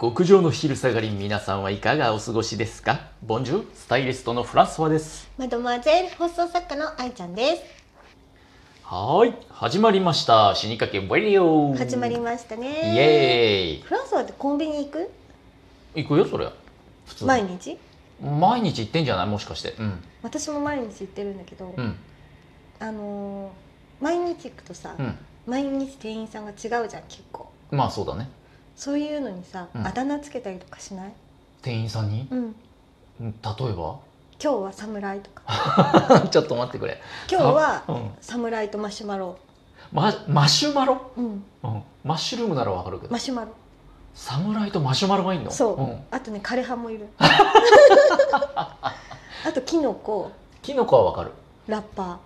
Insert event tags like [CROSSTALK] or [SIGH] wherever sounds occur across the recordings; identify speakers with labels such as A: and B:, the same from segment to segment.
A: 極上の昼下がり皆さんはいかがお過ごしですかボンジュールスタイリストのフランソワです
B: マドマゼル放送作家の愛ちゃんです。
A: はーい始まりました死にかけバリオ
B: 始まりました
A: イ
B: ね。
A: エ
B: フランスはコンビニ行く？
A: ーイ行くよそれ普通に
B: 毎日？
A: 毎日行ってんじゃないもしかしてうん
B: 私も毎日行ってるんだけど、
A: うん
B: あのー毎日行くとさ、
A: うん
B: 毎日店員さんが違うじゃん結構。
A: まあそうだね
B: そういうのにさ、
A: うん
B: あだ名つけたりとかしない？
A: 店員さんに
B: うん。
A: 例えば
B: 今日は侍とか、
A: [LAUGHS] ちょっと待ってくれ
B: 今日は
A: あうん
B: 侍とマシュマロ。
A: ママシュマロ、
B: うん。
A: うん、マッシュルームならわかるけど
B: マシュマロ。
A: サムライとマシュマロがいんの
B: そう。
A: ん
B: あとね枯葉
A: [LAUGHS]
B: もいる。あとキノコ、
A: キノコはわかる
B: ラッパ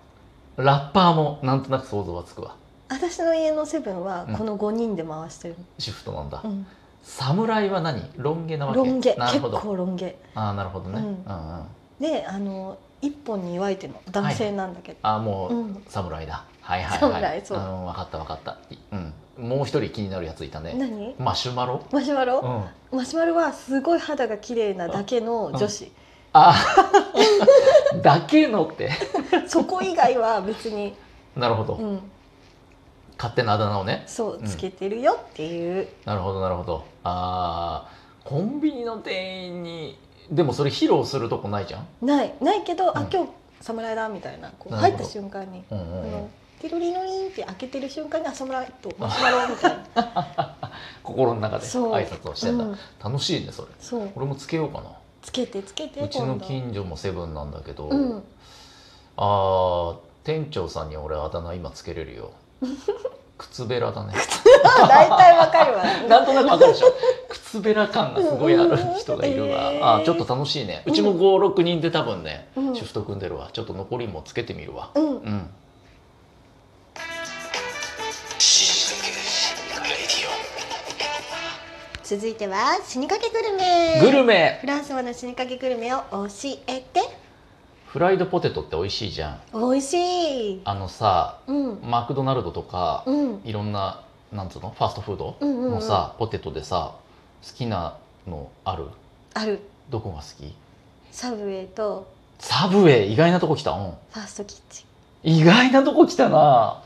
B: ー。
A: ラッパーもなんとなく想像はつくわ
B: 私の家のセブンはこの5人で回してる、
A: シフトなんだ、
B: うん
A: 侍は何ロン毛なわけ
B: ロン毛
A: な
B: 結
A: るほど
B: 構ロン毛
A: ああなるほどね、
B: う
A: うんんうん、あ
B: であの一本に祝いてるの男性なんだけど、
A: あもう、
B: うん
A: 侍だはいはいはい
B: 侍そう
A: うん、分かった分かった、いうん、もう一人気になるやついたね
B: 何
A: マシュマロ、
B: マシュマ
A: うん、
B: ロ、
A: あ
B: マシュマロはすごい肌が綺麗なだけの女子、
A: あ [LAUGHS] だけのって
B: [LAUGHS] そこ以外は別に、
A: なるほど、
B: うん、
A: 勝手なあだ名をね
B: そう
A: うん
B: つけてるよっていう、
A: なるほどなるほどああコンビニの店員にでもそれ披露するとこないじゃん、
B: ないないけど、
A: う
B: あ
A: ん
B: 今日侍だみたいなこう
A: なる
B: 入っ
A: ほど
B: た瞬間に、
A: うんうん
B: あ
A: うん
B: のテロリノリンって開けてる瞬間にあ侍とマシュマロみたいな、
A: 心の中で
B: そう
A: 挨拶を [LAUGHS] してんだ、
B: うん
A: 楽しいねそれ
B: そう
A: 俺もつけようかな
B: つけてつけて
A: うちの
B: 今度
A: 近所もセブンなんだけど、
B: うん
A: あー店長さんに俺あだ名今つけれる [LAUGHS] よ靴べらだね
B: あ大体わかるわ、
A: [LAUGHS] なんとなくわかるでしょ靴べら感がすごいある人がいるわ、
B: えー
A: あーちょっと楽しいねうちも56人で多分ね、
B: うん
A: シフト組んでるわちょっと残りもつけてみるわ
B: [LAUGHS] うん
A: うん
B: 続いては死にかけグルメ
A: グルメ
B: フランスはの死にかけグルメを教えて
A: フライドポテトって美味しいじゃん
B: 美味しい
A: あのさ
B: うん
A: マクドナルドとか
B: うん
A: いろんななんつうのファーストフード
B: うんうんうん
A: のさ、ポテトでさ好きなのある
B: ある
A: どこが好き
B: サブウェイと
A: サブウェイ意外なとこ来たうん
B: ファーストキッチン
A: 意外なとこ来たな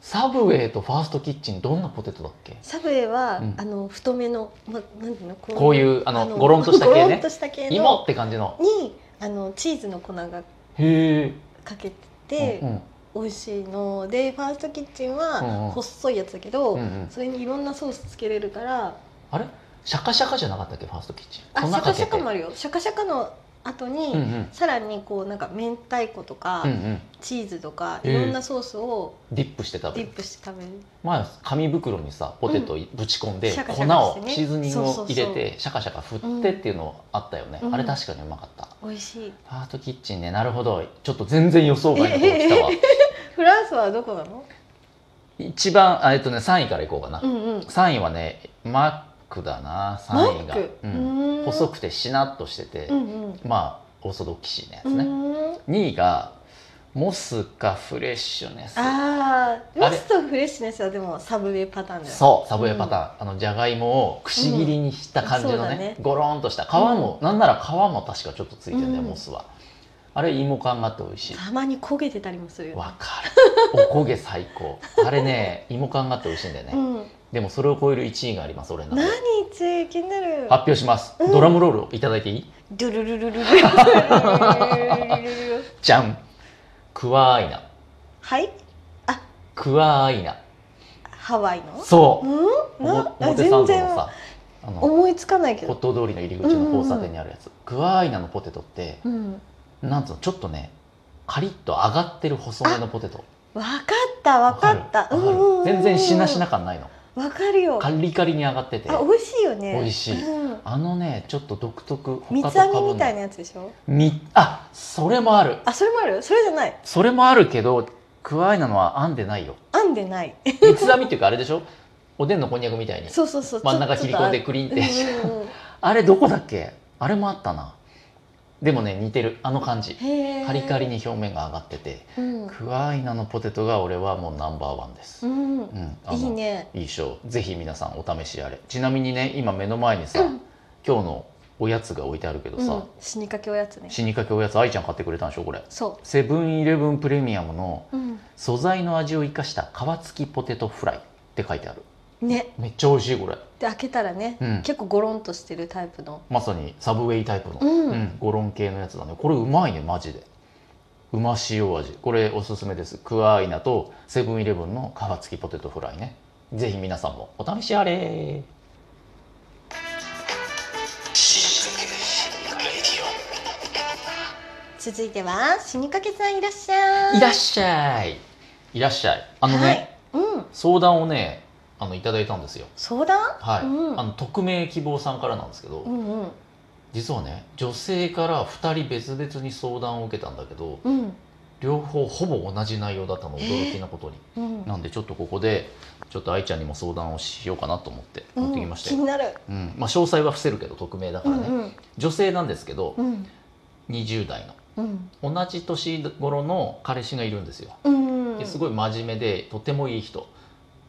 A: サブウェイとファーストキッチンどんなポテトだっけ
B: サブウェイは、
A: うん
B: あの太めの、ま、なんていうのこ
A: こういううあのゴロンとした系
B: ゴロン
A: ね
B: とした系
A: 芋
B: の
A: って感じの
B: にあのチーズの粉がか
A: へ
B: けて
A: え
B: て、
A: うん
B: 美味しいのでファーストキッチン
A: うんうん
B: は細いやつだけど、
A: うんうん
B: それにいろんなソースつけれるから
A: あれシャカシャカじゃなかったっけファーストキッチン
B: あ
A: 粉
B: シ
A: か
B: ャ
A: け
B: カ
A: て
B: シャカもあるよシャカシャカの後に、
A: うんうん
B: さらにこうなんか明太子とか、
A: うんうん
B: チーズとか
A: えー
B: いろんなソースを
A: ディップして食べ
B: デ
A: る
B: ィップして食べる、
A: 前紙袋にさポテトいぶち込んで、
B: シャカシ
A: 粉
B: ャカして
A: を
B: ね
A: シーズニングを
B: そうそうそう
A: 入れてシャカシャカ振ってっていうのあったよね、
B: うん
A: あれ確かにうまかった、
B: 美味しい
A: ファーストキッチンねなるほどちょっと全然予想外のとこ来たわ、
B: フランスはどこなの
A: 一番あえっとね3位からいこうかな、
B: うんうん
A: 3位はねマックだな
B: マ
A: 3位
B: ッ
A: が、
B: ク
A: うん
B: うーん
A: 細くてしなっとしてて、
B: うんうんう
A: まあオーソドックシーなやつね、
B: ーん
A: 2位がモスかフレッシュネス
B: あー
A: あれ
B: ロストフレッシュネスはでもサブウェイパターンだよ
A: そうサブウェイパターン、あのじゃがいもをくし切りにした感じ
B: うんそ
A: の
B: うだ
A: ね,、
B: ね
A: ゴロンとした皮も、なんなら皮も確かちょっとついてるんだよ、
B: うん
A: モスはあれ芋感があって美味しい
B: たまに焦げてたりもするよ
A: わかるおこげ最高あれね芋感があって美味しいんだよね、
B: うん
A: でもそれを超える1位があります俺の中
B: 何
A: で
B: 一位気になる
A: 発表します、
B: うん
A: ドラムロールをいただいていい
B: ドゥルルルルルルルルルルルルル
A: じゃんクワーイナ
B: はい
A: クワーイナ
B: ハワイの
A: そう
B: うん
A: お
B: な
A: も
B: あ
A: 表参道
B: 全
A: の
B: 然
A: さあの
B: 思いつかないけ
A: 骨
B: ど
A: 董通りの入り口の交差点にあるやつ、クワーイナのポテトって
B: うん
A: なんつうのちょっとねカリッと上がってる細めのポテト
B: わかったわかった
A: わかる
B: うんうんうん
A: 全然しなしな感ないの
B: わかるよ
A: カリカリに上がってて
B: あ美味しいよね
A: 美味しい
B: うん、
A: あのねちょっと独特
B: 三
A: 他
B: つ
A: と
B: 編
A: か
B: み
A: ぶ
B: みたい
A: な
B: なやつでしょ
A: みあそれもある
B: あそれもあるそれじゃない
A: それもあるけどクワーイナのは編んでないよ
B: 編んでない
A: 三つ編みっていうかあれでしょ [LAUGHS] おでんのこんにゃくみたいに
B: そうそうそう
A: 真ん中切り込んで
B: く
A: クリンっ
B: うん
A: て
B: うんうん
A: あれどこだっけあれもあったなでもね似てるあの感じ
B: へえ
A: カリカリに表面が上がってて
B: うん、
A: クワアイナのポテトが俺はもうナンバーワンです、
B: うん
A: うんあの
B: いいね
A: いい賞ぜひ皆さんお試しあれちなみにね今目の前にさ、
B: うん
A: 今日のおやつが置いてあるけど
B: うん
A: さ、、
B: 死にかけおやつね
A: 死にかけおやつ愛ちゃん買ってくれたんでしょこれ
B: そ
A: セブンイレブンプレミアムの
B: う、うん、
A: 素材の味を生かした皮付きポテトフライって書いてある
B: ね
A: めっちゃ美味しいこれ
B: で開けたらね、
A: うん
B: 結構ゴロンとしてるタイプの
A: まさにサブウェイタイプの、
B: うん
A: ゴロン系のやつだねこれうまいねマジでうま塩味これおすすめですクアアイナとセブンイレブンの皮付きポテトフライねぜひ皆さんもお試しあれ
B: 続いては死にかけさんいらっしゃい
A: いらっしゃいいらっしゃいあのね、
B: はい、うん
A: 相談をねあのいただいたんですよ
B: 相談
A: はい、
B: うん
A: あの匿名希望さんからなんですけど、
B: うんうん
A: 実はね女性から2人別々に相談を受けたんだけど
B: うん
A: 両方ほぼ同じ内容だったの驚きなことに、
B: うん
A: なんでちょっとここでちょっと愛ちゃんにも相談をしようかなと思って
B: う
A: 持ってき
B: ん
A: まし
B: 気
A: たよ、
B: になる
A: うんまあ、詳細は伏せるけど匿名だか
B: う
A: ら
B: ん
A: ね、
B: うん
A: 女性なんですけど
B: うん
A: 20代の
B: うん
A: 同じ年頃の彼氏がいるんですよ
B: うん
A: ですごい真面目でとてもいい人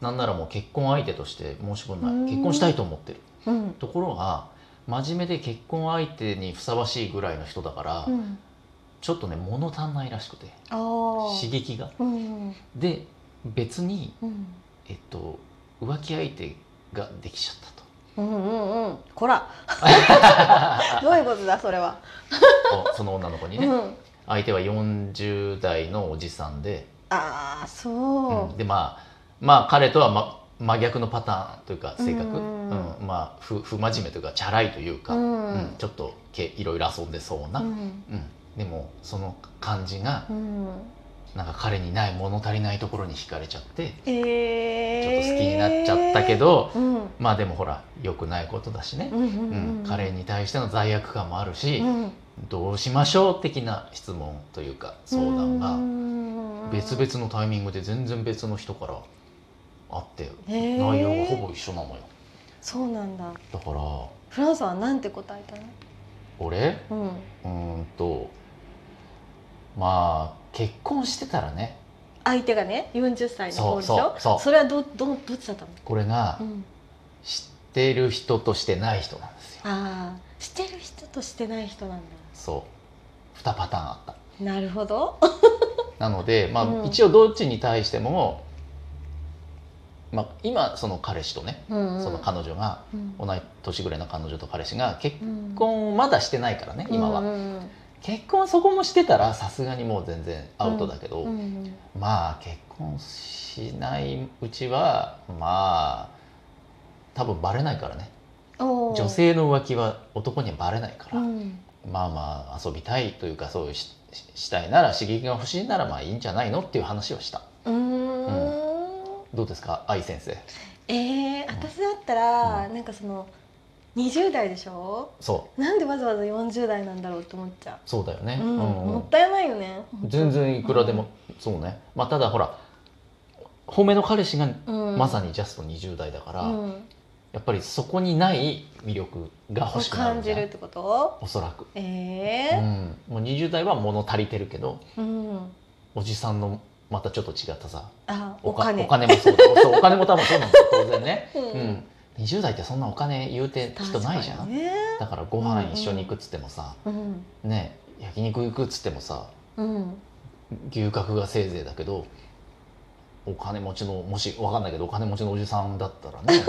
A: なんならもう結婚相手として申し分な
B: う
A: い
B: ん
A: 結婚したいと思ってる
B: うん
A: ところが真面目で結婚相手にふさわしいぐらいの人だから、
B: うん
A: ちょっとね物足んないらしくて
B: ああ
A: 刺激が
B: うん
A: で別に
B: うん
A: えっと浮気相手ができちゃったと
B: うんうんうんこ [LAUGHS] らどういうことだそれは、 [LAUGHS]
A: おその女の子にね、
B: うん
A: 相手は40代のおじさんで、
B: ああそう、
A: うんでまあまあ彼とは、ま、真逆のパターンというか性格、う
B: うんん
A: まあ不不真面目というかチャラいというか、
B: うん
A: うんちょっとけいろいろ遊んでそうな、
B: う
A: うん
B: ん
A: でもその感じが
B: うん
A: なんか彼にない物足りないところに惹かれちゃって
B: え
A: ちょ
B: ー、
A: っと好きになっちゃったけ、ど、
B: うん、
A: まあでもほら良くないことだしね、
B: うんうん
A: うん彼に対しての罪悪感もあるし、
B: うん
A: どうしましょう的な質問というか相談が。
B: が
A: 別々のタイミングで全然別の人から会って
B: へー
A: 内容がほぼ一緒なのよ
B: そうなんだ
A: だから
B: フランスはなんて答えたの
A: 俺
B: うん
A: うーんとまあ結婚してたらね
B: 相手がね40歳の方でしょ
A: そうそうそう
B: それはどどどっちだったの、
A: これが
B: うん、
A: 知ってる人としてない人なんですよ
B: ああしてる人としてない人なん
A: そう2パターンあった
B: だなるほど
A: なのでま
B: う
A: あ
B: ん
A: 一応どっちに対してもまあ今その彼氏とね
B: うんうん
A: その彼女が
B: うん
A: 同い年ぐらいの彼女と彼氏が結
B: うん
A: 婚をまだしてないからね今は
B: うんうん
A: 結婚そこもしてたらさすがにもう全然アウトだけど、
B: うんうん
A: まあ結婚しないうちはまあ多分バレないからね
B: おー
A: 女性の浮気は男にはバレないか
B: う
A: ら、
B: ん
A: まあまあ遊びたいというかそういうしししたいなら刺激が欲しいならまあいいんじゃないのっていう話をした
B: うーん
A: どうですか愛先生
B: えー、私だったら、なんかその20代でしょ
A: そう
B: なんでわざわざ40代なんだろうと思っちゃ
A: そうだよね、
B: う、う
A: うんんうん
B: もったいないよね
A: 全然いくらでも、そうねまあただほら褒めの彼氏が
B: うん、
A: まさにジャスト20代だから、
B: うん、
A: やっぱりそこにない魅力が
B: を
A: 欲しくなる
B: 感
A: んじ
B: じ
A: ゃな
B: る
A: い
B: ってこと
A: おそらく、
B: え
A: う
B: え
A: ん、もう20代は物足りてるけど
B: ーうん、
A: おじさんのまたちょっと違ったさ
B: あ
A: お
B: お
A: か
B: 金
A: お金もそうだそうお金も多分そうなんだよ当然ね、
B: うん
A: うん、20代ってそんなお金言うて人ないじゃ
B: 確
A: ん、
B: かにね
A: だからご飯一緒に行くっつってもさ、
B: うん
A: ね焼肉行くっつってもさ [LAUGHS]
B: うん
A: 牛角がせいぜいだけどお金持ちのもしわかんないけどお金持ちのおじさんだったら
B: [LAUGHS]
A: ね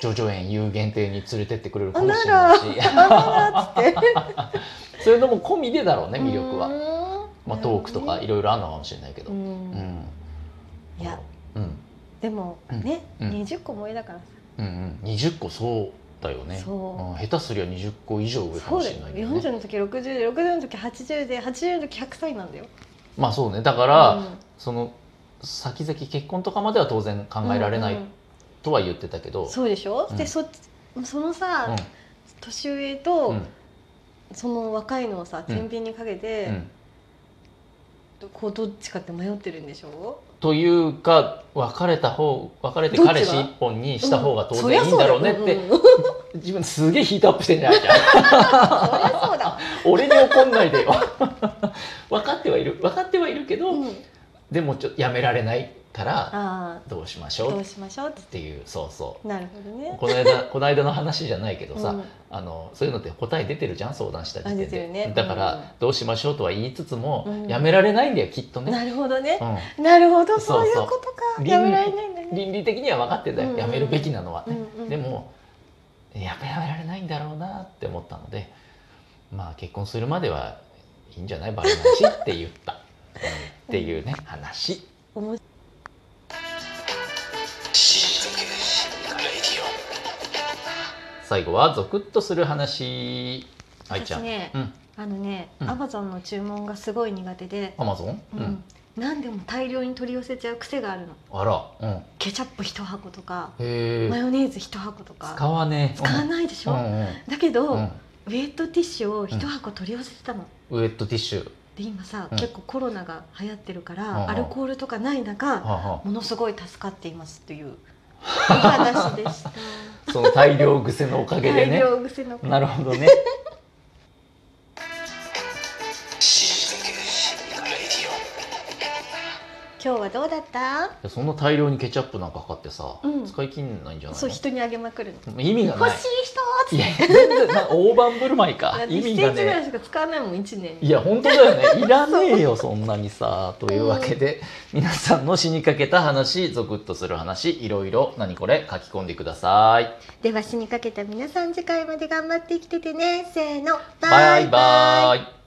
A: 叙々苑有限定に連れてってくれるか
B: あ
A: も
B: な
A: しれな
B: ら
A: いし
B: あならっつって
A: そういうのも込みでだろうね魅力は、
B: は
A: まあ、トークとかいろいろあるのかもしれないけど、
B: う
A: うん
B: ん、いや
A: うん
B: でもね、
A: うん
B: 20個もいだからさ
A: うんうん20個そうだよね
B: そう
A: うん下手すりゃ20個以上上か
B: そ
A: も
B: う
A: し
B: だ
A: れ
B: よ
A: ないよね
B: 40の時60で60の時80で80の時100歳なんだよ
A: まあそうねだから、
B: うん
A: その先々結婚とかまでは当然考えられな
B: うんう
A: い
B: ん
A: とは言ってたけど、
B: そうでしょ、
A: うん
B: でそっちそのさ、年上と、
A: うん
B: その若いのをさ天秤にかけて、
A: うん
B: こうどっちかって迷ってるんでしょ
A: というか別れた方別れて
B: どっちが
A: 彼氏一本にした方が当然いいん
B: そり
A: だ
B: ゃ
A: ろ [LAUGHS]
B: そう
A: ねっ
B: よ
A: て
B: うんうんうん
A: 自分すげえヒートアップしてんじゃないじゃん
B: そりゃそうだ
A: [LAUGHS] 俺に怒んないでよ [LAUGHS] 分かってはいる分かってはいるけど、
B: うん、
A: でもちょっとやめられないから
B: あ
A: どうしまし
B: あ
A: ょ
B: ど
A: う
B: う
A: っ
B: しましょうって
A: ていうそうそ
B: なるほど
A: う
B: ね。
A: この間この間の話じゃないけどさ、
B: うん
A: あのそういうのって答え出てるじゃん相談した時点
B: あ出て
A: で、
B: るね
A: だか
B: うん
A: らどうしましょうとは言いつつも、
B: うん
A: やめられないんだよきっとね、
B: なるほどね
A: う。ん、
B: なるほ
A: そ
B: ど、そう
A: そう
B: ういうことか。
A: 倫理
B: やめられないんだね。
A: 倫理的には分かってんだよ、
B: うん
A: やめるべきなのはね、
B: うんうん
A: でもやめられないんだろうなって思ったのでまあ結婚するまではいいんじゃないバレないしって言った、うんっていうね話。
B: おも
A: 最後はゾクッとする話愛ちゃ
B: 私
A: ん、
B: ね
A: うん
B: あのね、
A: うん
B: アマゾンの注文がすごい苦手で、
A: アマゾン、
B: う
A: うん
B: ん何でも大量に取り寄せちゃう癖があるの
A: あら、うん、
B: ケチャップ一箱とか
A: へ
B: マ
A: え
B: ヨネーズ一箱とか
A: 使わねえ
B: 使わないでしょ、
A: うんうん
B: だけど、
A: うん
B: ウェットティッシュを一箱取り寄せてたの、
A: うん、ウエットティッシュ、
B: で今さ、
A: うん
B: 結構コロナが流行ってるから、
A: うんうん
B: アルコールとかない中、
A: はあは
B: ものすごい助かっています
A: [LAUGHS]
B: というお話でした
A: あ、その大量癖のおかげで
B: 大
A: ね
B: 量癖の
A: なるほどね
B: 今日はどうだった
A: そんな大量にケチャップなんかかかってさ、
B: うん
A: 使い切んないんじゃない
B: そう人にあげまくるの
A: の意味が
B: 欲
A: ない
B: しい人
A: いや全然な大盤振る舞い
B: だ
A: か
B: って
A: 意
B: 1セン
A: 味
B: チ
A: が
B: ぐらい
A: ね
B: しか使わないもん1年
A: いや本当だ
B: [LAUGHS]
A: よねいらねえよそんなにさというわけで、皆さんの死にかけた話ゾクッとする話いろいろ何これ書き込んでください
B: では死にかけた皆さん次回まで頑張って生きててねせーの
A: バイバイ